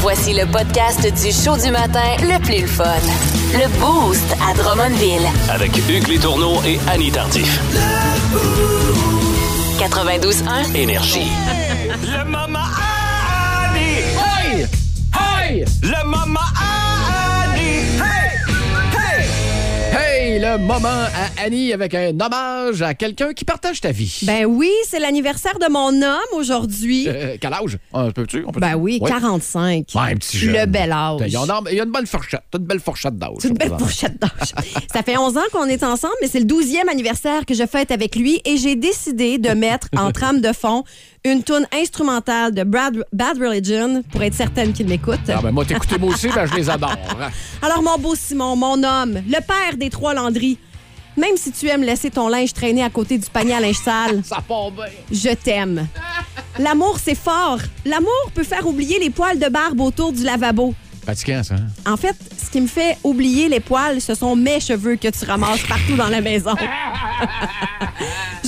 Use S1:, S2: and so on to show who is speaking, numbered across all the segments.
S1: Voici le podcast du show du matin le plus le fun. Le Boost à Drummondville.
S2: Avec Hugues Létourneau et Annie Tardif.
S1: 92.1.
S2: Énergie.
S3: Le maman Annie! Hey! Hey! Le maman Annie! Hey! Hey!
S4: Hey, le moment à Annie avec un hommage à quelqu'un qui partage ta vie.
S5: Ben oui, c'est l'anniversaire de mon homme aujourd'hui.
S4: Euh, quel âge? Un peu-tu? On peut-
S5: Ben oui,
S4: Ouais.
S5: 45.
S4: Ouais, un petit jeune. Ben,
S5: Le bel âge.
S4: Il y, en a, il y a une belle fourchette. T'as une belle fourchette d'âge.
S5: C'est une belle fourchette d'âge. Ça fait 11 ans qu'on est ensemble, mais c'est le 12e anniversaire que je fête avec lui et j'ai décidé de mettre en trame de fond une tune instrumentale de Brad- Bad Religion pour être certaine qu'il m'écoute.
S4: Ah, ben, moi, t'écoutais moi aussi, ben, je les adore.
S5: Alors, mon beau Simon, mon homme, le père des trois Landry, même si tu aimes laisser ton linge traîner à côté du panier à linge sale,
S4: Ça part bien.
S5: Je t'aime. L'amour, c'est fort. L'amour peut faire oublier les poils de barbe autour du lavabo.
S4: Fatigant, ça. hein?
S5: En fait, ce qui me fait oublier les poils, ce sont mes cheveux que tu ramasses partout dans la maison.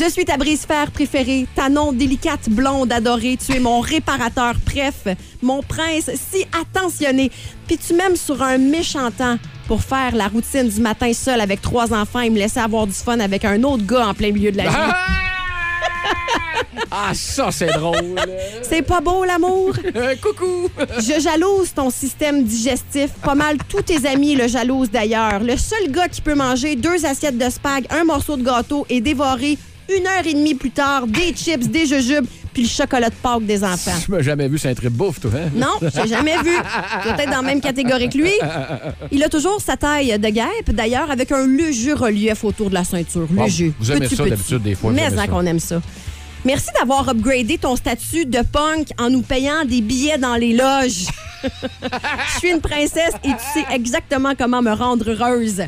S5: Je suis ta brise-fer préférée, ta non délicate blonde adorée. Tu es mon réparateur, bref, mon prince si attentionné. Puis tu m'aimes sur un méchant temps pour faire la routine du matin seul avec trois enfants et me laisser avoir du fun avec un autre gars en plein milieu de la nuit.
S4: Ah, ça, c'est drôle.
S5: C'est pas beau, l'amour?
S4: Euh, coucou.
S5: Je jalouse ton système digestif. Pas mal tous tes amis le jalousent d'ailleurs. Le seul gars qui peut manger deux assiettes de spag, un morceau de gâteau et dévorer une heure et demie plus tard des chips, des jujubes puis le chocolat de Pâques des enfants.
S4: Tu m'as jamais vu, c'est un trip bouffe, toi. Hein?
S5: Non, j'ai jamais vu. Peut-être dans la même catégorie que lui. Il a toujours sa taille de guêpe, d'ailleurs, avec un léger relief autour de la ceinture.
S4: Bon,
S5: Léger.
S4: vous aimez
S5: Petit,
S4: ça
S5: petit.
S4: d'habitude, des fois, vous
S5: Mais
S4: aimez
S5: hein,
S4: ça.
S5: qu'on aime ça. Merci d'avoir upgradé ton statut de punk en nous payant des billets dans les loges. Je suis une princesse et tu sais exactement comment me rendre heureuse.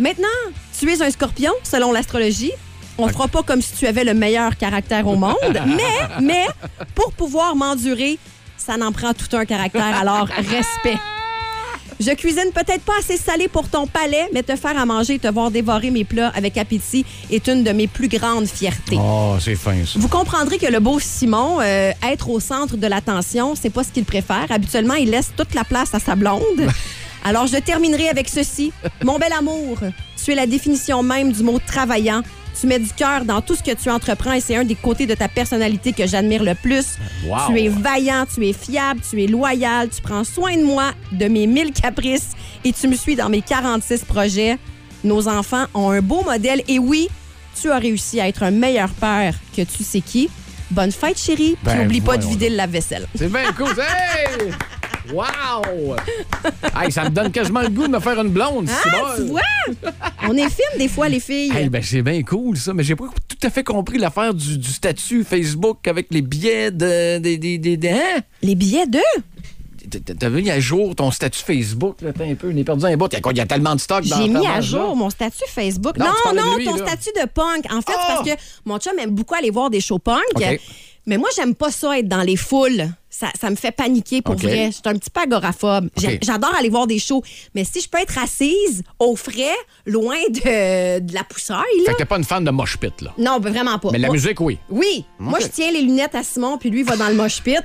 S5: Maintenant, tu es un scorpion, selon l'astrologie. On fera pas comme si tu avais le meilleur caractère au monde, mais, mais, pour pouvoir m'endurer, ça n'en prend tout un caractère, alors respect. Je cuisine peut-être pas assez salé pour ton palais, mais te faire à manger, te voir dévorer mes plats avec appétit est une de mes plus grandes fiertés.
S4: Oh, c'est fin, ça.
S5: Vous comprendrez que le beau Simon, euh, être au centre de l'attention, c'est pas ce qu'il préfère. Habituellement, il laisse toute la place à sa blonde. Alors, je terminerai avec ceci. Mon bel amour, tu es la définition même du mot travaillant. Tu mets du cœur dans tout ce que tu entreprends et c'est un des côtés de ta personnalité que j'admire le plus.
S4: Wow.
S5: Tu es vaillant, tu es fiable, tu es loyal, tu prends soin de moi, de mes mille caprices et tu me suis dans mes 46 projets. Nos enfants ont un beau modèle et oui, tu as réussi à être un meilleur père que tu sais qui. Bonne fête, chérie.
S4: Ben,
S5: Puis oublie pas de
S4: voyons
S5: vider le lave-vaisselle.
S4: C'est bien cool. Hey! Wow! Hey, ça me donne quasiment le goût de me faire une blonde. c'est
S5: Ah,
S4: bon.
S5: tu vois? On est fines des fois, les filles.
S4: Hey, ben, c'est bien cool, ça, mais j'ai pas tout à fait compris l'affaire du, du statut Facebook avec les billets de. des- des- des- des- hein?
S5: Les billets d'eux?
S4: T- t- T'as mis à jour ton statut Facebook, là, t'as un peu, on est perdu un bout. Il y a quoi, il y a tellement de stock dans
S5: J'ai
S4: ta
S5: mis à
S4: marge, là.
S5: jour mon statut Facebook.
S4: Non,
S5: Non,
S4: tu parlais
S5: non,
S4: de lui,
S5: ton
S4: là.
S5: statut de punk. En fait,
S4: Ah!
S5: c'est parce que mon chum aime beaucoup aller voir des shows punk.
S4: Ok.
S5: Mais moi, j'aime pas ça être dans les foules. Ça, ça me fait paniquer pour
S4: Ok.
S5: vrai. Je suis un petit peu agoraphobe. J'ai-
S4: Ok.
S5: J'adore aller voir des shows. Mais si je peux être assise, au frais, loin de, de la poussière, là.
S4: Fait que t'es pas une fan de Mosh Pit, là.
S5: Non, ben, vraiment pas.
S4: Mais la
S5: Moi-
S4: musique, oui.
S5: Oui. Moi, je tiens les lunettes à Simon, puis lui, il va dans le mosh pit.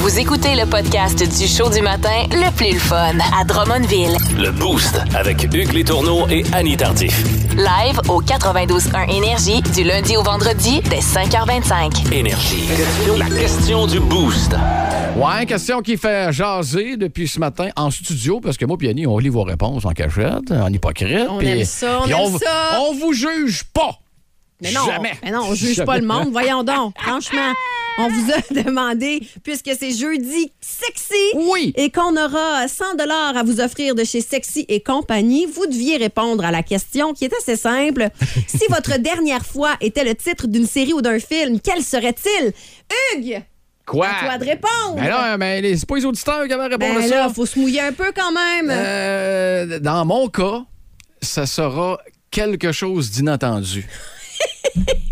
S1: Vous écoutez le podcast du show du matin le plus le fun à Drummondville.
S2: Le Boost avec Hugues Létourneau et Annie Tardif.
S1: Live au 92.1 Énergie du lundi au vendredi dès 5h25.
S2: Énergie. La question du Boost.
S4: Ouais, question qui fait jaser depuis ce matin en studio, parce que moi, Piani, on lit vos réponses en cachette, en hypocrite.
S5: On
S4: puis-
S5: aime ça, on
S4: puis
S5: aime
S4: v-
S5: ça.
S4: On vous juge pas.
S5: Mais non,
S4: Jamais.
S5: mais non, on juge
S4: Jamais.
S5: pas le monde. Voyons donc. Franchement, on vous a demandé, puisque c'est jeudi sexy.
S4: Oui.
S5: Et qu'on aura 100 dollars à vous offrir de chez Sexy et compagnie, vous deviez répondre à la question qui est assez simple. si votre dernière fois était le titre d'une série ou d'un film, quel serait-il? Hugues!
S4: Quoi?
S5: À toi de répondre.
S4: Ben non, mais les- c'est pas les auditeurs qui avaient répondu
S5: Ben
S4: à ça.
S5: là, ben. faut se mouiller un peu quand même.
S4: Euh, dans mon cas, ça sera quelque chose d'inattendu.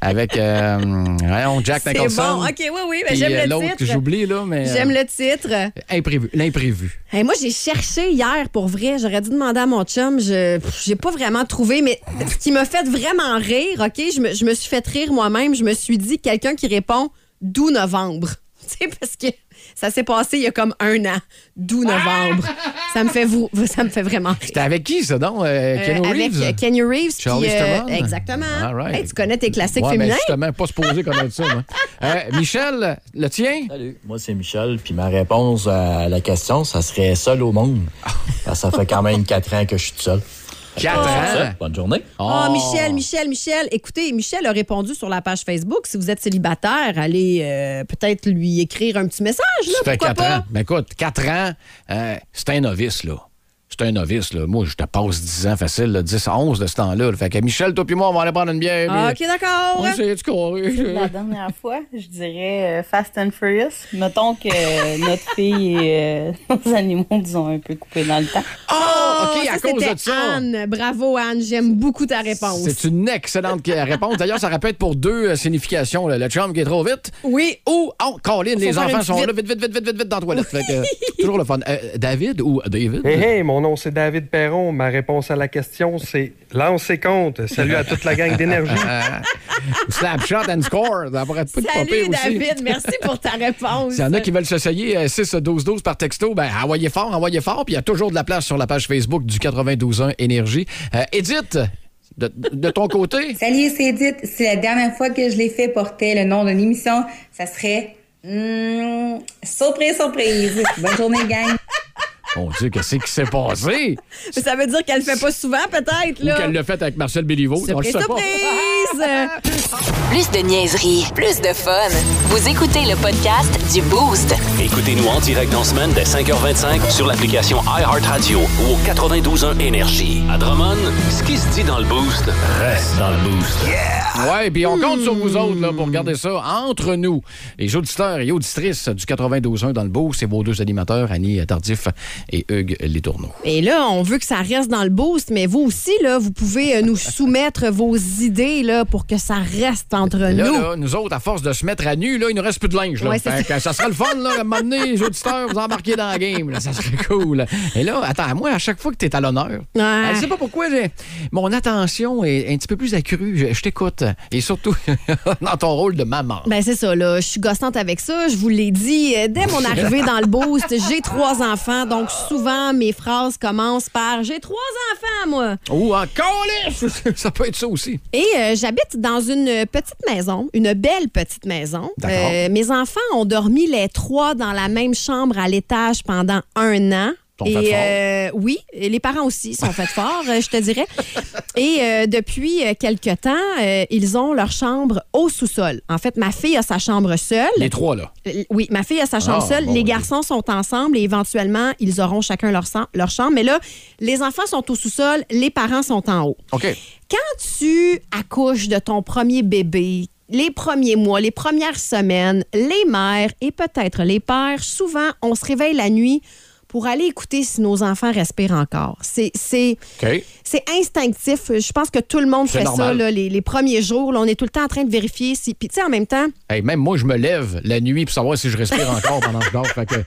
S4: Avec euh, voyons, Jack
S5: c'est
S4: Nicholson.
S5: bon. OK, oui, oui, ben
S4: puis, euh,
S5: j'aime
S4: l'autre
S5: le
S4: que
S5: titre.
S4: j'oublie, là, mais. euh,
S5: J'aime le titre.
S4: Imprévu, l'imprévu.
S5: Hey, moi, j'ai cherché hier pour vrai. J'aurais dû demander à mon chum. Je pff, j'ai pas vraiment trouvé, mais ce qui m'a fait vraiment rire, OK, je me, je me suis fait rire moi-même. Je me suis dit, quelqu'un qui répond d'où novembre. Tu sais, parce que Ça s'est passé il y a comme un an, 12 novembre. Ça me fait vous, ça me fait vraiment rire.
S4: C'était avec qui, ça, donc? Euh,
S5: Euh,
S4: Keanu
S5: avec
S4: Reeves?
S5: euh, Kenny Reeves. puis,
S4: Charlize
S5: euh,
S4: Theron?
S5: Exactement.
S4: All right.
S5: Hey, tu connais tes classiques
S4: Ouais, ben, mais
S5: féminins?
S4: justement, pas se poser connaître ça. moi. Euh, Michel, le tien?
S6: Salut, moi c'est Michel, puis ma réponse à la question, ça serait seul au monde. Parce que ça fait quand même quatre ans que je suis tout seul.
S4: Quatre ans.
S6: Bonne journée.
S4: oh.
S5: Ah, Michel, Michel, Michel. Écoutez, Michel a répondu sur la page Facebook. Si vous êtes célibataire, allez euh, peut-être lui écrire un petit message. Là,
S4: Ça fait
S5: pourquoi
S4: quatre
S5: pas?
S4: ans. Mais écoute, quatre ans, euh, c'est un novice, là. C'est un novice, là. Moi, je te passe 10 ans facile, là, 10 à 11 de ce temps-là. là. Fait que Michel, toi puis moi, on va aller prendre une bière.
S5: Ah,
S4: puis-
S5: OK, d'accord.
S4: On essaie de courir.
S7: La dernière fois, je dirais euh, Fast and Furious. Mettons que euh, notre fille et euh, nos animaux nous ont un peu coupé dans le temps.
S4: Ah, OK,
S5: ça,
S4: à cause
S5: c'était
S4: de ça.
S5: Anne. Bravo, Anne. J'aime beaucoup ta réponse.
S4: C'est une excellente réponse. D'ailleurs, ça répète pour deux euh, significations. là. Le chum qui est trop vite
S5: Oui.
S4: ou, oh, Colin, les
S5: faire
S4: enfants
S5: une
S4: sont
S5: vite.
S4: là, vite, vite, vite, vite, vite, vite dans la toilette. Fait que, toujours le fun. Euh, David ou David?
S8: Hey, hey, mon nom c'est David Perron. Ma réponse à la question, c'est lance et compte. Salut à toute la gang d'énergie.
S4: Snapshot and score. Ça pourrait être pas de pas
S5: Salut,
S4: pire aussi.
S5: David. Merci pour ta réponse.
S4: S'il y en a qui veulent s'essayer euh, 6-12-12 par texto, ben envoyez fort, envoyez fort. Puis il y a toujours de la place sur la page Facebook du 92.1 Énergie. Euh, Edith, de, de ton côté,
S9: Salut, c'est Edith. Si la dernière fois que je l'ai fait porter le nom d'une émission, ça serait... hmm, surprise, surprise. Bonne journée, gang.
S4: mon Dieu, qu'est-ce qui s'est passé?
S5: Ça veut dire qu'elle le fait pas souvent, peut-être.
S4: Ou
S5: là.
S4: qu'elle l'a fait avec Marcel Béliveau? on le
S5: Surprise,
S4: sait pas.
S5: surprise.
S1: Plus de niaiserie, plus de fun. Vous écoutez le podcast du Boost.
S2: Écoutez-nous en direct dans la semaine dès 5h25 sur l'application iHeartRadio ou au 92.1 Énergie. À Drummond, ce qui se dit dans le boost reste dans le boost.
S4: Ouais, puis on compte sur
S5: Hmm.
S4: vous autres là, pour garder ça entre nous. Les auditeurs et auditrices du 92.1 dans le beau, c'est vos deux animateurs, Annie Tardif et Hugues Létourneau.
S5: Et là, on veut que ça reste dans le boost, mais vous aussi, là, vous pouvez euh, nous soumettre vos idées là, pour que ça reste entre
S4: Là,
S5: nous.
S4: là, nous autres, à force de se mettre à nu, là, il nous reste plus de linge. Là.
S5: Ouais, c'est
S4: Fait que ça serait le fun, là, à un moment donné, les auditeurs, vous embarquez dans la game. là, ça serait cool. Et là, attends, moi, à chaque fois que tu es à l'honneur,
S5: Ouais.
S4: je sais pas pourquoi, j'ai- mon attention est un petit peu plus accrue. Je, je t'écoute. Et surtout, dans ton rôle de maman.
S5: Ben c'est ça, là. Je suis gossante avec ça. Je vous l'ai dit, euh, dès mon arrivée dans le boost, j'ai trois enfants. Donc souvent, mes phrases commencent par J'ai trois enfants, moi.
S4: Ou encore, ça peut être ça aussi.
S5: Et euh, j'habite dans une petite maison, une belle petite maison. Euh,
S4: D'accord.
S5: mes enfants ont dormi les trois dans la même chambre à l'étage pendant un an.
S4: Sont
S5: Et
S4: faites fort.
S5: euh, oui, et les parents aussi sont faits forts, euh, je te dirais. Et euh, depuis quelque temps, euh, ils ont leur chambre au sous-sol. En fait, ma fille a sa chambre seule.
S4: Les trois, là.
S5: Euh, Oui, ma fille a sa chambre
S4: Ah,
S5: seule.
S4: bon,
S5: les
S4: ok.
S5: garçons sont ensemble et éventuellement, ils auront chacun leur, sang- leur chambre. Mais là, les enfants sont au sous-sol, les parents sont en haut.
S4: OK.
S5: Quand tu accouches de ton premier bébé, les premiers mois, les premières semaines, les mères et peut-être les pères, souvent, on se réveille la nuit pour aller écouter si nos enfants respirent encore. C'est, c'est,
S4: OK.
S5: c'est instinctif. Je pense que tout le monde
S4: C'est
S5: fait ça
S4: normal.
S5: là, les, les premiers jours. là, on est tout le temps en train de vérifier si. Puis, tu sais, en même temps,
S4: Hey, même moi, je me lève la nuit pour savoir si je respire encore pendant que je dors. Fait que je-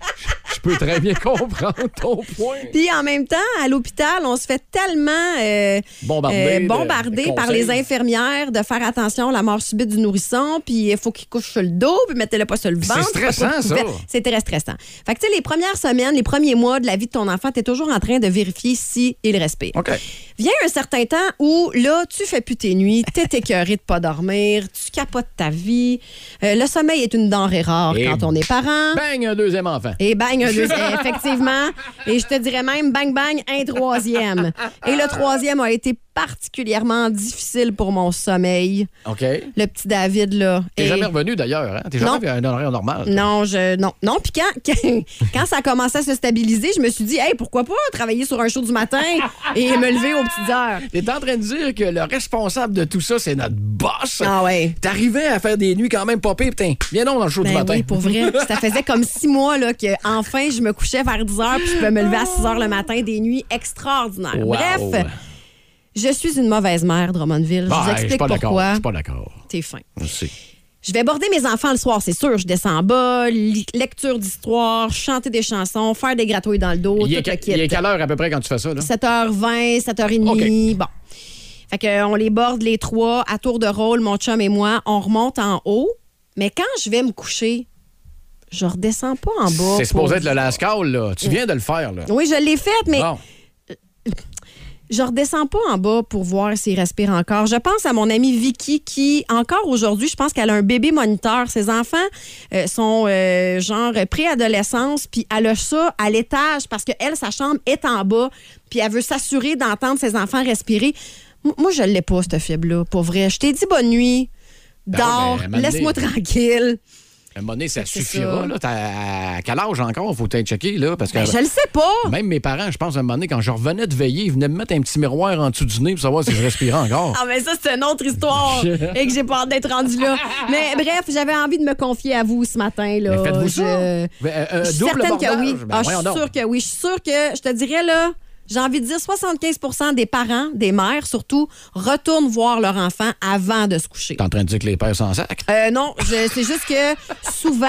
S4: je peux très bien comprendre ton point.
S5: Puis en même temps, à l'hôpital, on se fait tellement euh,
S4: Bombarder de-
S5: bombarder
S4: de
S5: par
S4: conseils.
S5: les infirmières de faire attention à la mort subite du nourrisson, puis il faut qu'il couche sur le dos, puis mettez-le pas sur le
S4: C'est
S5: ventre.
S4: stressant,
S5: Pas de
S4: ça.
S5: couvert. C'est très stressant. Fait que, tu sais, les premières semaines, les premiers mois de la vie de ton enfant, tu es toujours en train de vérifier si il respire.
S4: OK.
S5: Vient un certain temps où, là, tu fais plus tes nuits, t'es écœuré de pas dormir, tu capotes ta vie. Euh, le sommeil est une denrée rare
S4: Et
S5: quand on est parent.
S4: Bang, un deuxième enfant.
S5: Et bang, un deuxième, effectivement. Et je te dirais même, bang, bang, un troisième. Et le troisième a été particulièrement difficile pour mon sommeil.
S4: OK.
S5: Le petit David, là.
S4: T'es
S5: Et-
S4: jamais revenu d'ailleurs, hein? T'es jamais fait un horaire normal.
S5: Non, je. Non. Non, puis quand, quand, quand ça a commencé à se stabiliser, je me suis dit, hey, pourquoi pas travailler sur un show du matin et me lever aux petites heures?
S4: T'es en train de dire que le responsable de tout ça, c'est notre boss.
S5: Ah ouais.
S4: T'arrivais à faire des nuits quand même pas pire, putain. Viens donc dans le show du
S5: Ben
S4: matin.
S5: oui, pour vrai. Puis Ça faisait comme six mois là, que enfin je me couchais vers 10 heures puis je pouvais me lever à 6 heures le matin, des nuits extraordinaires.
S4: Wow.
S5: Bref, je suis une mauvaise mère, Drummondville. Je
S4: Bah,
S5: vous
S4: hey, suis
S5: explique
S4: pas d'accord. Je
S5: pourquoi.
S4: suis pas d'accord.
S5: T'es fin.
S4: Je sais.
S5: Je vais border mes enfants le soir, c'est sûr. Je descends en bas, li- lecture d'histoire, chanter des chansons, faire des gratouilles dans le dos,
S4: Il est,
S5: tout le
S4: que-
S5: kit.
S4: il est quelle heure à peu près quand tu fais ça, là?
S5: 7h20, 7h30. Bon. Fait que, on les borde les trois à tour de rôle, mon chum et moi. On remonte en haut. Mais quand je vais me coucher, je redescends pas en bas.
S4: C'est supposé
S5: pour-
S4: être le last call, là. Tu viens de le faire, là.
S5: Oui, je l'ai faite, mais
S4: Bon.
S5: je redescends pas en bas pour voir s'il respire encore. Je pense à mon amie Vicky qui, encore aujourd'hui, je pense qu'elle a un bébé moniteur. Ses enfants euh, sont euh, genre préadolescence, puis elle a ça à l'étage parce que elle, sa chambre est en bas, puis elle veut s'assurer d'entendre ses enfants respirer. M- Moi, je l'ai pas, cette fibre-là, pour vrai. Je t'ai dit bonne nuit.
S4: Ben ouais,
S5: Dors,
S4: mais à un moment donné-
S5: laisse-moi tranquille.
S4: À un moment donné, ça
S5: C'est
S4: suffira,
S5: ça.
S4: là. T'as- À quel âge encore? Faut être checké, là. Parce que
S5: Ben, je le sais pas.
S4: même mes parents, je pense, à un moment donné, quand je revenais de veiller, ils venaient me mettre un petit miroir en dessous du nez pour savoir si je respirais encore.
S5: Ah, mais ça, c'est une autre histoire et que j'ai peur d'être rendue là. Mais bref, j'avais envie de me confier à vous ce matin. Là.
S4: Mais faites-vous
S5: Je-
S4: ça? Ben, euh, euh,
S5: je suis
S4: double
S5: certaine que
S4: bordage.
S5: oui.
S4: Ben,
S5: Ah, je
S4: voyons
S5: suis
S4: donc.
S5: sûre que oui. Je suis sûre que, je te dirais, là, j'ai envie de dire 75 des parents, des mères surtout, retournent voir leur enfant avant de se coucher.
S4: T'es en train de dire que les pères sans sac?
S5: Euh, non, je- c'est juste que souvent,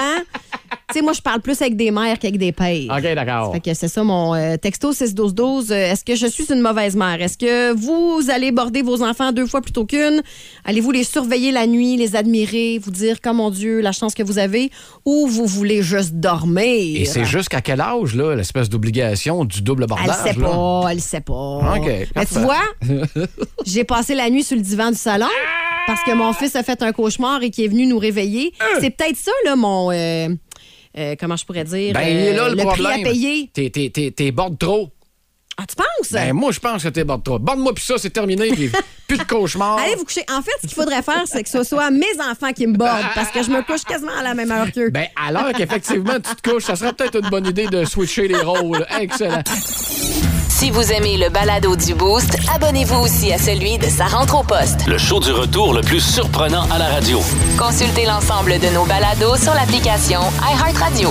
S5: tu sais, moi, je parle plus avec des mères qu'avec des pères.
S4: OK, d'accord.
S5: Fait que c'est ça mon euh, texto 61212. Euh, Est-ce que je suis une mauvaise mère? Est-ce que vous allez border vos enfants deux fois plutôt qu'une? Allez-vous les surveiller la nuit, les admirer, vous dire, comme mon Dieu, la chance que vous avez? Ou vous voulez juste dormir?
S4: Et c'est jusqu'à quel âge, là, l'espèce d'obligation du double bordage?
S5: Elle sait
S4: là?
S5: pas, elle sait pas.
S4: OK,
S5: Mais tu
S4: parfait.
S5: vois, j'ai passé la nuit sur le divan du salon parce que mon fils a fait un cauchemar et qui est venu nous réveiller.
S4: Euh!
S5: C'est peut-être ça, là, mon. euh, euh, comment je pourrais dire?
S4: Ben, il est là
S5: euh,
S4: le,
S5: prix
S4: problème.
S5: à payer.
S4: T'es- t'es- T'es t'es borde trop.
S5: Ah, tu penses?
S4: Ben, moi, je pense que t'es borde trop. Borde-moi, puis ça, c'est terminé. Puis plus de cauchemars.
S5: Allez vous coucher. En fait, ce qu'il faudrait faire, c'est que ce soit mes enfants qui me bordent parce que je me couche quasiment à la même heure qu'eux.
S4: Ben, à l'heure qu'effectivement, tu te couches, ça serait peut-être une bonne idée de switcher les rôles. Excellent.
S1: Si vous aimez le balado du Boost, abonnez-vous aussi à celui de Sa rentre au poste.
S2: Le show du retour le plus surprenant à la radio.
S1: Consultez l'ensemble de nos balados sur l'application iHeartRadio.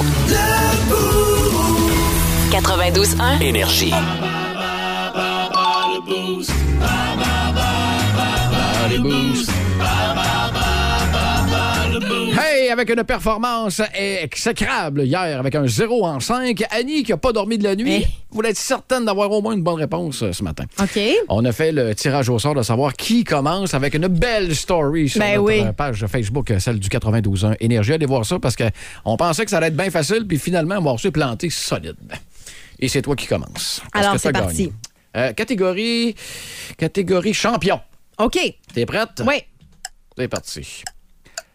S1: 92.1.
S2: Énergie.
S4: Hey, avec une performance exécrable hier, avec un 0 en 5. Annie, qui n'a pas dormi de la nuit,
S5: Hey.
S4: voulait être certaine d'avoir au moins une bonne réponse euh, ce matin.
S5: OK.
S4: On a fait le tirage au sort de savoir qui commence avec une belle story sur
S5: Ben
S4: notre
S5: oui.
S4: euh, page Facebook, euh, celle du 92.1 Énergie. Allez voir ça parce qu'on pensait que ça allait être bien facile, puis finalement, on va se planter solide. Et c'est toi qui commences. parce que
S5: Alors,
S4: t'as
S5: c'est
S4: gagné.
S5: parti.
S4: Euh, catégorie, catégorie champion.
S5: OK.
S4: T'es prête?
S5: Oui.
S4: C'est parti.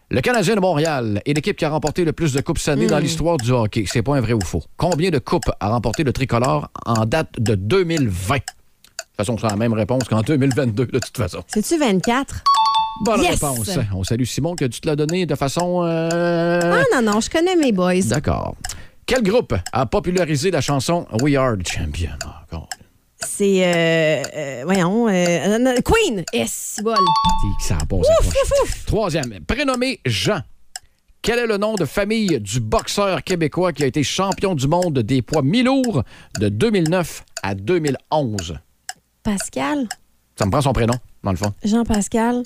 S4: Le Canadien de Montréal est l'équipe qui a remporté le plus de coupes Stanley
S5: Hmm.
S4: dans l'histoire du hockey. C'est pas un vrai ou faux. Combien de coupes a remporté le tricolore en date de 2020? De toute façon, c'est la même réponse qu'en 2022, de toute façon.
S5: C'est-tu 24?
S4: Bonne
S5: Yes!
S4: réponse. On salue Simon que tu te l'as donné de façon... euh,
S5: Ah non, non, je connais mes boys.
S4: D'accord. Quel groupe a popularisé la chanson We Are the Ah, Champion? Encore.
S5: C'est. euh, euh, voyons. euh, non, Queen! Yes, bol.
S4: Dis que ça a pas, ça
S5: Ouf,
S4: a pas.
S5: ouf, ouf.
S4: Troisième, prénommé Jean. Quel est le nom de famille du boxeur québécois qui a été champion du monde des poids mi-lourds de 2009 à 2011?
S5: Pascal.
S4: Ça me prend son prénom, dans le fond.
S5: Jean-Pascal.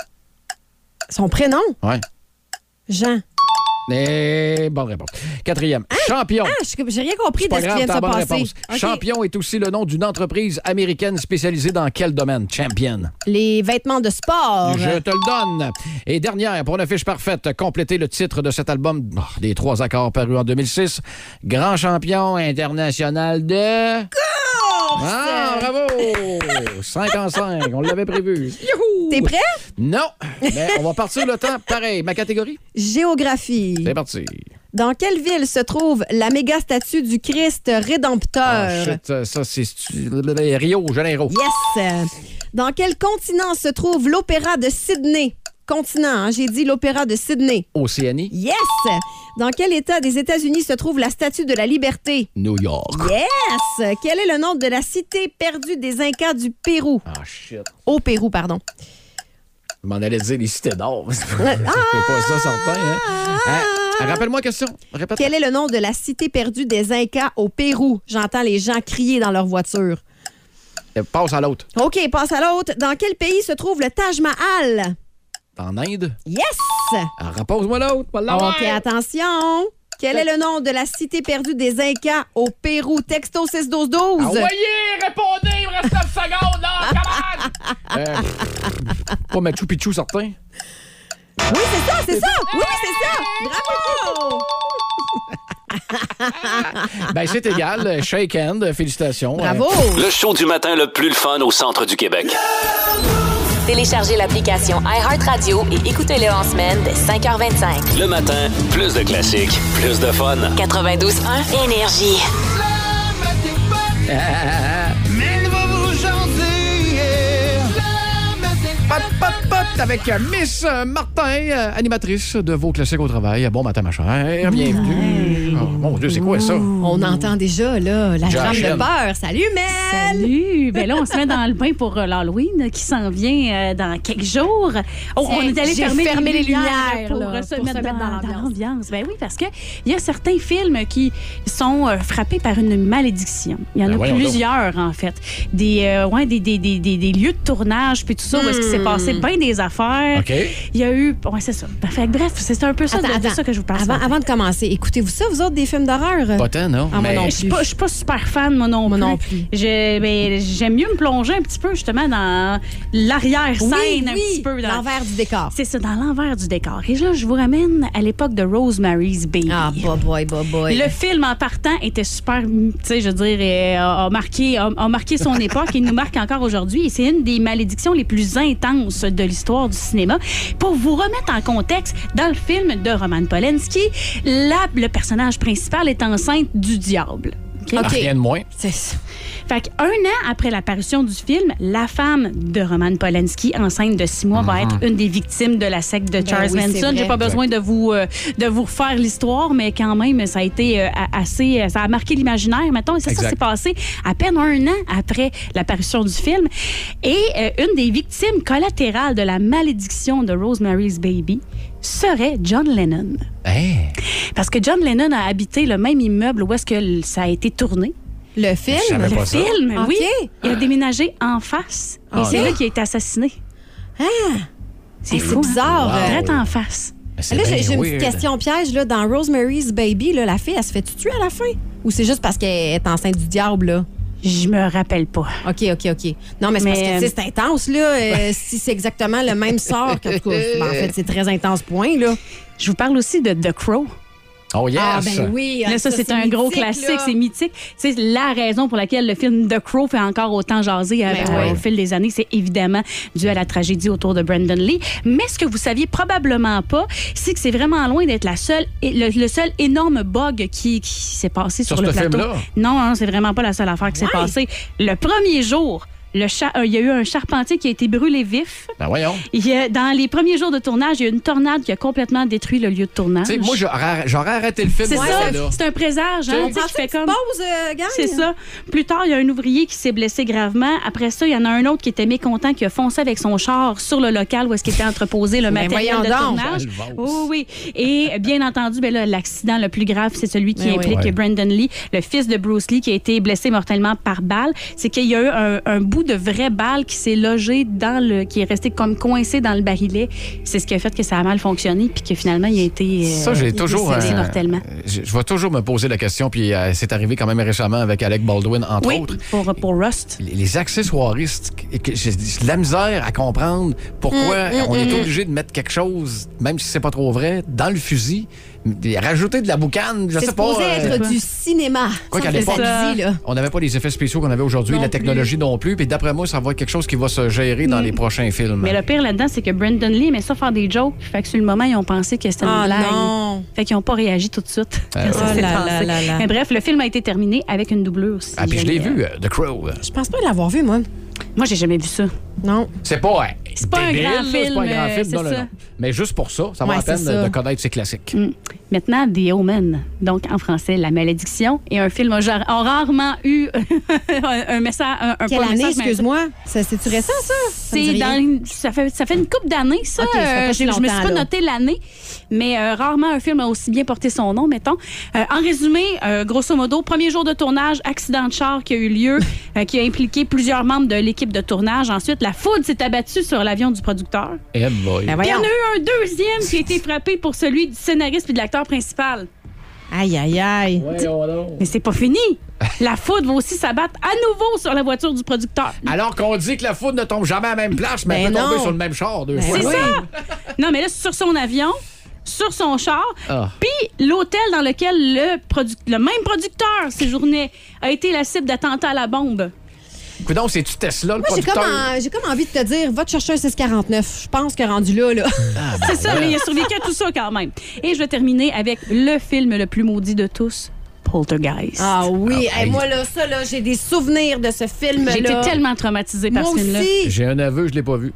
S5: Son prénom?
S4: Ouais.
S5: Jean.
S4: Et bonne réponse. Quatrième, champion.
S5: Ah, je- j'ai rien compris
S4: C'est pas
S5: de ce qui
S4: grave,
S5: vient de
S4: t'as
S5: se
S4: la bonne
S5: passer.
S4: réponse.
S5: OK.
S4: Champion est aussi le nom d'une entreprise américaine spécialisée dans quel domaine? Champion.
S5: Les vêtements de sport.
S4: Je te le donne. Et dernière, pour une fiche parfaite, compléter le titre de cet album oh, des trois accords paru en 2006. Grand champion international de... Ah, bravo! 5 en 5, on l'avait prévu.
S5: T'es prêt?
S4: Non, mais on va partir le temps pareil. Ma catégorie,
S5: Géographie.
S4: c'est parti.
S5: Dans quelle ville se trouve la méga statue du Christ
S4: Ah,
S5: rédempteur?
S4: shit, euh, ça, c'est Rio Janeiro.
S5: yes! Dans quel continent se trouve l'opéra de Sydney? Continent, hein, j'ai dit l'opéra de Sydney.
S4: Océanie,
S5: Yes! Dans quel état des États-Unis se trouve la statue de la liberté?
S4: New York.
S5: Yes! Quel est le nom de la cité perdue des Incas du Pérou?
S4: Ah, shit.
S5: Au Pérou, pardon. Euh,
S4: Je m'en allais dire les cités d'or. C'est pas
S5: ah!
S4: ça, certain. hein. Hein? Rappelle-moi la question. Répète.
S5: Quel est le nom de la cité perdue des Incas au Pérou? J'entends les gens crier dans leur voiture.
S4: Euh, Passe à l'autre.
S5: OK, passe à l'autre. Dans quel pays se trouve le Taj Mahal?
S4: En Inde?
S5: Yes!
S4: Ah, Repose-moi l'autre. on va l'avoir.
S5: OK, attention. Quel est le nom de la cité perdue des Incas au Pérou? Texto 61212.
S4: Ah répondez, il me reste 9 secondes, là, come on! Euh, Pas Machu Picchu, certain.
S5: Ah, Oui, c'est ça, c'est ça! Oui, c'est ça! Bravo!
S4: Ben, c'est égal. Shake hand. Félicitations.
S5: Bravo!
S2: Le show du matin le plus le fun au centre du Québec.
S1: Téléchargez l'application iHeartRadio et écoutez-le en semaine dès 5h25.
S2: Le matin, plus de classiques, plus de fun.
S1: 92.1 Énergie.
S4: Euh, Pat, pat, pat, avec euh, Miss euh, Martin, euh, animatrice de vos classiques au travail. Bon matin, ma chère. Bienvenue. Oh, mon Dieu, c'est quoi ça?
S5: On entend déjà, là, la
S4: Mmh. Josh
S5: trame de
S4: Allen.
S5: peur. Salut, Mel!
S10: Salut! Ben là, on se met dans le bain pour euh, l'Halloween qui s'en vient euh, dans quelques jours. Oh, on est allé
S5: J'ai
S10: fermer,
S5: fermé les lumières,
S10: pour,
S5: là,
S10: euh, se,
S5: pour
S10: mettre dans, dans l'ambiance. Ben oui, parce qu'il y a certains films qui sont euh, frappés par une malédiction. Il y en
S4: Ben
S10: a
S4: voyons donc.
S10: plusieurs, en fait. Des, euh, ouais, des, des, des, des, des lieux de tournage, puis tout ça, où est-ce qu'il s'est passé bien des affaires.
S4: OK.
S10: Il y a eu... Ouais, c'est ça. Ben, fait que bref, c'est un peu ça, de- de, ça que je vous parle. ce
S5: Avant,
S10: matin.
S5: avant de commencer, écoutez-vous ça, vous autres, des films d'horreur?
S4: Pas tant, non?
S5: Ah, moi non
S10: Je suis pas, je suis pas super fan, moi non
S5: Moi
S10: plus.
S5: non plus.
S10: Je- ben, J'aime mieux me plonger un petit peu, justement, dans l'arrière-scène,
S5: oui,
S10: un
S5: oui,
S10: petit peu. dans-
S5: l'envers du décor.
S10: C'est ça, dans l'envers du décor. Et là, je vous ramène à l'époque de Rosemary's Baby.
S5: Ah, boy, boy, boy, boy.
S10: Le film en partant était super, tu sais, je veux dire, euh, a, a marqué, a, a marqué son époque et nous marque encore aujourd'hui. Et c'est une des malédictions les plus intenses de l'histoire du cinéma. Pour vous remettre en contexte, dans le film de Roman Polanski, la- le personnage principal est enceinte du diable. OK?
S5: OK.
S4: Rien de moins.
S5: C'est ça.
S10: Fait qu'un an après l'apparition du film, la femme de Roman Polanski, enceinte de six mois,
S5: Ah.
S10: va être une des victimes de la secte de Charles
S5: Ben oui, c'est
S10: Manson. J'ai
S5: vrai.
S10: pas besoin de vous, euh, de vous refaire l'histoire, mais quand même, ça a été euh, a- assez. euh, Ça a marqué l'imaginaire, mettons. Et ça, ça
S4: Exact.
S10: s'est passé à peine un an après l'apparition du film. Et euh, une des victimes collatérales de la malédiction de Rosemary's Baby serait John Lennon.
S4: Hey,
S10: Parce que John Lennon a habité le même immeuble où est-ce que l- ça a été tourné.
S5: Le
S4: je
S5: film?
S4: savais
S10: Le
S4: pas ça.
S10: film,
S5: OK.
S10: Ben oui. Il a déménagé en face.
S4: Ah,
S10: et c'est
S4: là.
S10: là qu'il a été assassiné.
S5: C'est
S10: fou, hein?
S5: bizarre.
S4: Wow.
S5: Euh,
S10: Direct en face.
S4: Ben, C'est
S5: Ah, Là, j'ai
S4: bien
S5: j'ai une petite
S4: weird.
S5: question piège. Là, dans Rosemary's Baby, là, la fille, elle se fait tuer à la fin? Ou c'est juste parce qu'elle est enceinte du diable? Là?
S10: Je me rappelle pas.
S5: OK, OK, OK. Non, mais
S10: Mais,
S5: c'est parce que tu sais,
S10: euh,
S5: c'est intense, là. euh, si c'est exactement le même sort que. en tout cas, ben, en fait, c'est très intense, point, là.
S10: Je vous parle aussi de The Crow.
S4: Oh, yes.
S5: Ah, ben oui.
S10: Là, ça, c'est un gros classique, c'est mythique. C'est la raison pour laquelle le film The Crow fait encore autant jaser euh,
S5: Ben
S10: au fil des années. C'est évidemment dû à la tragédie autour de Brandon Lee. Mais ce que vous saviez probablement pas, c'est que c'est vraiment loin d'être la seule, et le, le seul énorme bug qui, qui s'est passé sur,
S4: Sur
S10: le
S4: ce
S10: plateau.
S4: film-là?
S10: Non, non, c'est vraiment pas la seule affaire qui s'est passée. Le premier jour, le cha- euh, il y a eu un charpentier qui a été brûlé vif.
S4: Ben voyons.
S10: Il y a- dans les premiers jours de tournage, il y a une tornade qui a complètement détruit le lieu de tournage.
S4: Tu sais, moi, j'aurais j'aurais arrêté le film.
S10: C'est
S4: pour
S10: ça,
S4: là.
S10: c'est un présage. Hein,
S5: On
S10: tu sais, qui
S5: fait
S10: fait comme...
S5: Pause, euh, gang.
S10: C'est ça. Plus tard, il y a un ouvrier qui s'est blessé gravement. Après ça, il y en a un autre qui était mécontent, qui a foncé avec son char sur le local où est-ce qu'il était entreposé le
S5: Mais
S10: matériel
S5: Ben voyons
S10: de
S5: donc.
S10: tournage. Oui, oui. Et bien entendu, ben là, l'accident le plus grave, c'est celui qui
S5: Mais oui.
S10: implique
S4: Ouais.
S10: Brandon Lee, le fils de Bruce Lee, qui a été blessé mortellement par balle. C'est qu'il y a eu un, un bout de vraie balle qui s'est logé dans le, qui est resté comme coincé dans le barillet. C'est ce qui a fait que ça a mal fonctionné, puis que finalement, il a été. euh,
S4: Ça,
S10: il
S4: j'ai
S10: est
S4: toujours.
S10: décédé
S4: euh,
S10: mortellement.
S4: je, je vais toujours me poser la question, puis euh, c'est arrivé quand même récemment avec Alec Baldwin, entre
S10: Oui,
S4: autres.
S10: pour, pour Rust.
S4: Les- Les accessoiristes, que- que j'ai de la misère à comprendre
S10: Mm,
S4: pourquoi on est obligé de mettre quelque chose, même si c'est pas trop vrai, dans le fusil, mais rajouter de la boucane, je
S5: C'est
S4: sais pas.
S5: supposé
S4: euh,
S5: être du cinéma.
S4: Quoi
S5: Ça,
S4: qu'à
S5: c'est
S4: l'époque,
S5: ça que je dis, là.
S4: on n'avait pas les effets spéciaux qu'on avait aujourd'hui,
S10: Non
S4: la technologie non plus. Puis d'après moi, ça va être quelque chose qui va se gérer dans les prochains films.
S10: Mm. Mais le pire là-dedans, c'est que Brandon Lee aimait ça faire des jokes. Fait que sur le moment, ils ont pensé que c'était une
S5: Ah,
S10: blague.
S5: non.
S10: Fait qu'ils n'ont pas réagi tout de suite.
S4: Ah,
S10: quand ça
S5: ouais.
S10: s'est
S5: Oh là
S10: passé.
S5: là là là.
S10: Mais bref, le film a été terminé avec une doublure. si
S4: Ah, puis je l'ai
S10: jamais-
S4: vu, euh, The Crow.
S5: Je pense pas l'avoir vu, moi.
S10: Moi, j'ai jamais vu ça.
S5: Non.
S4: C'est pas, euh,
S10: C'est pas un
S4: débile,
S10: grand
S4: là, C'est pas un
S10: film,
S4: grand
S10: euh,
S4: film,
S10: c'est
S4: non, non,
S10: ça.
S4: non. Mais juste pour ça, ça vaut
S5: Ouais,
S4: la peine
S5: c'est ça.
S4: de connaître ses classiques.
S10: Mm. Maintenant, The Omen, donc en français, La Malédiction, et un film a genre- a rarement eu un, un message. Un, un-
S5: Quelle
S10: pas un
S5: année,
S10: message, mais-
S5: excuse-moi? Ça, C'est-tu récent, ça? Ça me dit
S10: C'est
S5: rien.
S10: dans une- ça fait ça fait une coupe d'années ça.
S5: Ok, ça fait pas
S10: Euh,
S5: si
S10: j'ai- je me suis
S5: longtemps,
S10: pas
S5: là.
S10: noté l'année, mais euh, rarement un film a aussi bien porté son nom, mettons. Euh, en résumé, euh, grosso modo, premier jour de tournage, accident de char qui a eu lieu, euh, qui a impliqué plusieurs membres de l'équipe de tournage. Ensuite, la foudre s'est abattue sur l'avion du producteur.
S4: Eh boy.
S5: Ben
S10: Il y en
S5: voyons.
S10: a eu un deuxième qui a été frappé pour celui du scénariste et de l'acteur principal.
S5: Aïe, aïe, aïe.
S10: Mais c'est pas fini. La foudre va aussi s'abattre à nouveau sur la voiture du producteur.
S4: Alors qu'on dit que la foudre ne tombe jamais à la même place, mais
S5: Ben
S4: elle peut tomber
S5: non.
S4: sur le même char deux
S5: Ben
S4: fois.
S10: C'est
S5: oui.
S10: ça! Non, mais là, sur son avion, sur son char.
S4: Ah.
S10: Puis l'hôtel dans lequel le, produ- le même producteur séjournait a été la cible d'attentats à la bombe.
S4: Coudon, c'est-tu Tesla, le
S5: Moi, j'ai
S4: producteur?
S5: comme, en- j'ai comme envie de te dire, va te chercher un 649. Je pense que rendu là, là.
S10: C'est ça, mais il a survécu à tout ça quand même. Et je vais terminer avec le film le plus maudit de tous, Poltergeist.
S5: Ah oui,
S4: Ah,
S5: Hey,
S4: hey.
S5: moi là, ça là, j'ai des souvenirs de ce film là.
S10: J'ai été tellement traumatisée par
S5: Moi
S10: ce film-là.
S5: aussi.
S4: J'ai un aveu, je l'ai pas vu.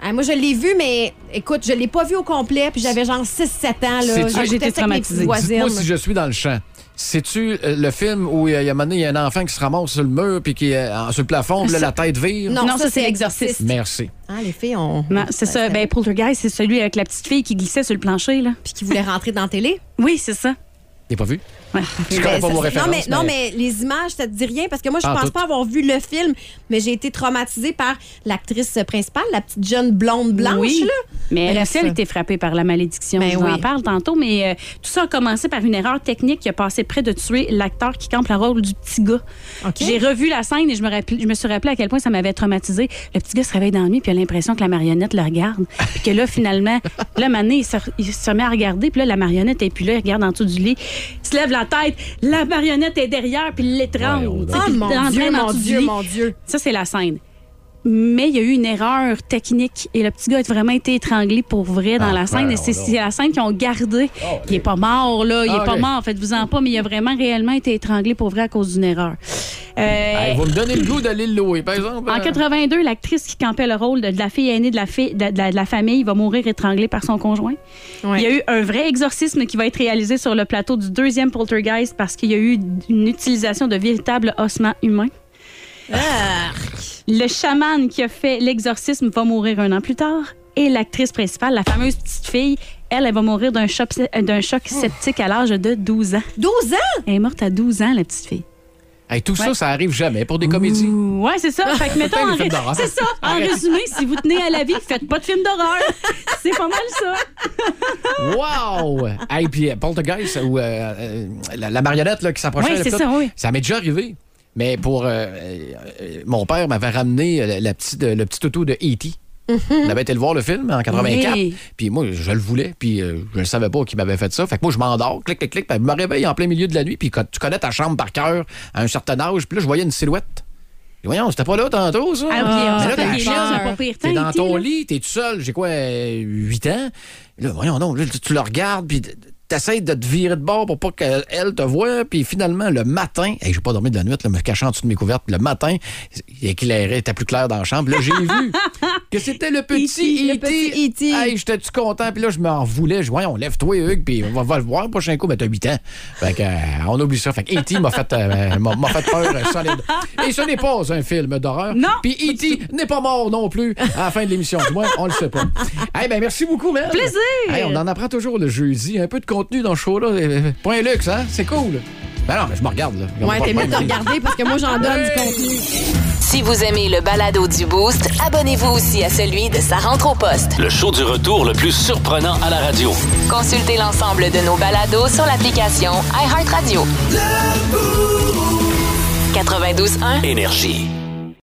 S5: Hey, Hein, moi je l'ai vu mais écoute, je l'ai pas vu au complet puis j'avais genre 6 7 ans là.
S4: C'est- Ah,
S10: j'ai été
S5: J'écoutais ça avec mes
S10: traumatisée.
S5: petites
S4: Dites-moi
S5: voisines.
S4: si je suis dans le champ. C'est-tu euh, le film où euh, il y a un moment donné, il y a un enfant qui se ramasse sur le mur puis qui est euh, sur le plafond, puis là, la tête vire?
S10: Non, ça, c'est l'exorciste.
S4: Merci.
S5: Ah, les filles ont
S10: Non, c'est ça. Ben, Poltergeist, c'est celui avec la petite fille qui glissait sur le plancher, là.
S5: puis qui voulaient rentrer dans la télé.
S10: Oui, c'est ça.
S4: T'es pas vu?
S10: Ouais.
S4: Je connais
S5: Ben,
S4: pas vos
S5: ça, c'est- non,
S4: références.
S5: mais, non, mais les images, ça te dit rien parce que moi, je
S4: Pas en
S5: pense
S4: tout.
S5: pas avoir vu le film, mais j'ai été traumatisée par l'actrice principale, la petite jeune blonde blanche.
S10: oui.
S5: Là.
S10: Mais elle
S5: Bref,
S10: aussi, elle
S5: ça.
S10: était frappée par la malédiction.
S5: Ben
S10: Je vous en
S5: oui.
S10: parle tantôt, mais euh, tout ça a commencé par une erreur technique qui a passé près de tuer l'acteur qui campe le rôle du petit gars.
S5: OK.
S10: J'ai revu la scène et je me, rappel- je me suis rappelé à quel point ça m'avait traumatisé. Le petit gars se réveille dans la nuit puis il a l'impression que la marionnette le regarde. Puis que là, finalement, là, Mané, il se, il se met à regarder. Puis là, la marionnette est plus là. Il regarde en dessous du lit. Il se lève la tête. La marionnette est derrière puis il l'étrangle.
S4: Ouais, on
S10: Tu sais,
S5: Oh
S10: puis il
S5: mon
S10: l'entraîne
S5: Dieu,
S10: en
S5: mon
S10: dessous du
S5: Dieu,
S10: lit.
S5: mon Dieu.
S10: Ça, c'est la scène. Mais il y a eu une erreur technique et le petit gars a vraiment été étranglé pour vrai dans
S4: Ah,
S10: la scène.
S4: ben,
S10: Et c'est
S4: on
S10: c'est la scène qu'ils ont gardée. il est pas mort, là. Il
S4: Ah,
S10: est pas
S4: ok.
S10: mort, faites-vous en pas, mais il a vraiment réellement été étranglé pour vrai à cause d'une erreur. Euh,
S4: Hey, vous me donnez le goût d'aller le louer, par exemple.
S10: en
S4: euh,
S10: 82, l'actrice qui campait le rôle de, de la fille aînée de la, fi- de, de la, de la famille va mourir étranglée par son conjoint.
S5: Ouais.
S10: Il y a eu un vrai exorcisme qui va être réalisé sur le plateau du deuxième poltergeist parce qu'il y a eu une utilisation de véritables ossements humains. Le chaman qui a fait l'exorcisme va mourir un an plus tard. Et l'actrice principale, la fameuse petite fille, elle, elle va mourir d'un choc, d'un choc septique à l'âge de 12 ans.
S5: 12 Oh. ans?
S10: Elle est morte à 12 ans, la petite fille.
S4: hey, tout ça,
S10: Ouais.
S4: ça arrive jamais pour des comédies.
S10: Ouais, c'est ça. Fait que, mettons,
S4: Putain, les
S10: en
S4: films
S10: ré-
S4: d'horreur.
S10: c'est ça. En résumé, si vous tenez à la vie, faites pas de films d'horreur. C'est pas mal ça.
S4: Wow! Hey, puis euh, Poltergeist, ou euh, euh, la, la marionnette là, qui s'approchait.
S10: Oui,
S4: là,
S10: c'est
S4: puis
S10: ça,
S4: tout.
S10: oui.
S4: Ça m'est déjà arrivé. Mais pour. euh, euh, euh, mon père m'avait ramené euh, la, la petite, euh, le petit auto de E.T. On avait été le voir le film en 84.
S10: Mhm. Oui.
S4: Puis moi, je le voulais. Puis euh, je ne savais pas qu'il m'avait fait ça. Fait que moi, je m'endors, clic, clic, clic. Puis je me réveille en plein milieu de la nuit. Puis co- tu connais ta chambre par cœur à un certain âge. Puis là, je voyais une silhouette. Puis voyons, c'était pas là tantôt, ça.
S10: Ah, puis,
S4: Mais
S10: on
S4: là,
S10: s'appelle
S4: t'as la
S10: les gens,
S4: chambre.
S10: on a pas pire
S4: T'es
S10: temps,
S4: dans
S10: E.T.,
S4: ton
S10: là.
S4: lit, t'es tout seul, j'ai quoi, euh, 8 ans? Là, voyons donc, là, tu tu le regardes, puis t- t'essayes de te virer de bord pour pas qu'elle te voie, puis finalement, le matin, hey, j'ai pas dormi de la nuit, là, me cachant en dessous de mes couvertes, puis le matin, il éclairait, était plus clair dans la chambre, là, j'ai vu que c'était
S10: E
S4: le petit E
S5: E.T., le
S4: E.T.
S5: petit E.T..
S4: Hey, j'étais-tu content, puis là, je m'en voulais, je voyons, lève-toi, Hugues, puis on va, va le voir le prochain coup, mais t'as 8 ans. Fait que, euh, on oublie ça. Fait que E.T. m'a fait, euh, m'a m'a fait peur euh, solide. Et ce n'est pas un film d'horreur.
S10: Non.
S4: Puis E.T. n'est pas mort non plus à la fin de l'émission. Du moins, on le sait pas. Eh ben, merci beaucoup, Mel.
S10: Plaisir.
S4: Hey, on en apprend toujours le jeudi. Un peu de contenu dans ce show-là. Euh, Point luxe, hein? C'est cool. Ben non, mais je me regarde, là.
S5: Ouais, t'es mieux de
S4: Pas-
S5: regarder parce que moi, j'en donne du contenu.
S1: Si vous aimez le balado du Boost, abonnez-vous aussi à celui de sa rentre au poste.
S2: Le show du retour le plus surprenant à la radio.
S1: Consultez l'ensemble de nos balados sur l'application iHeartRadio. 92.1
S2: Énergie.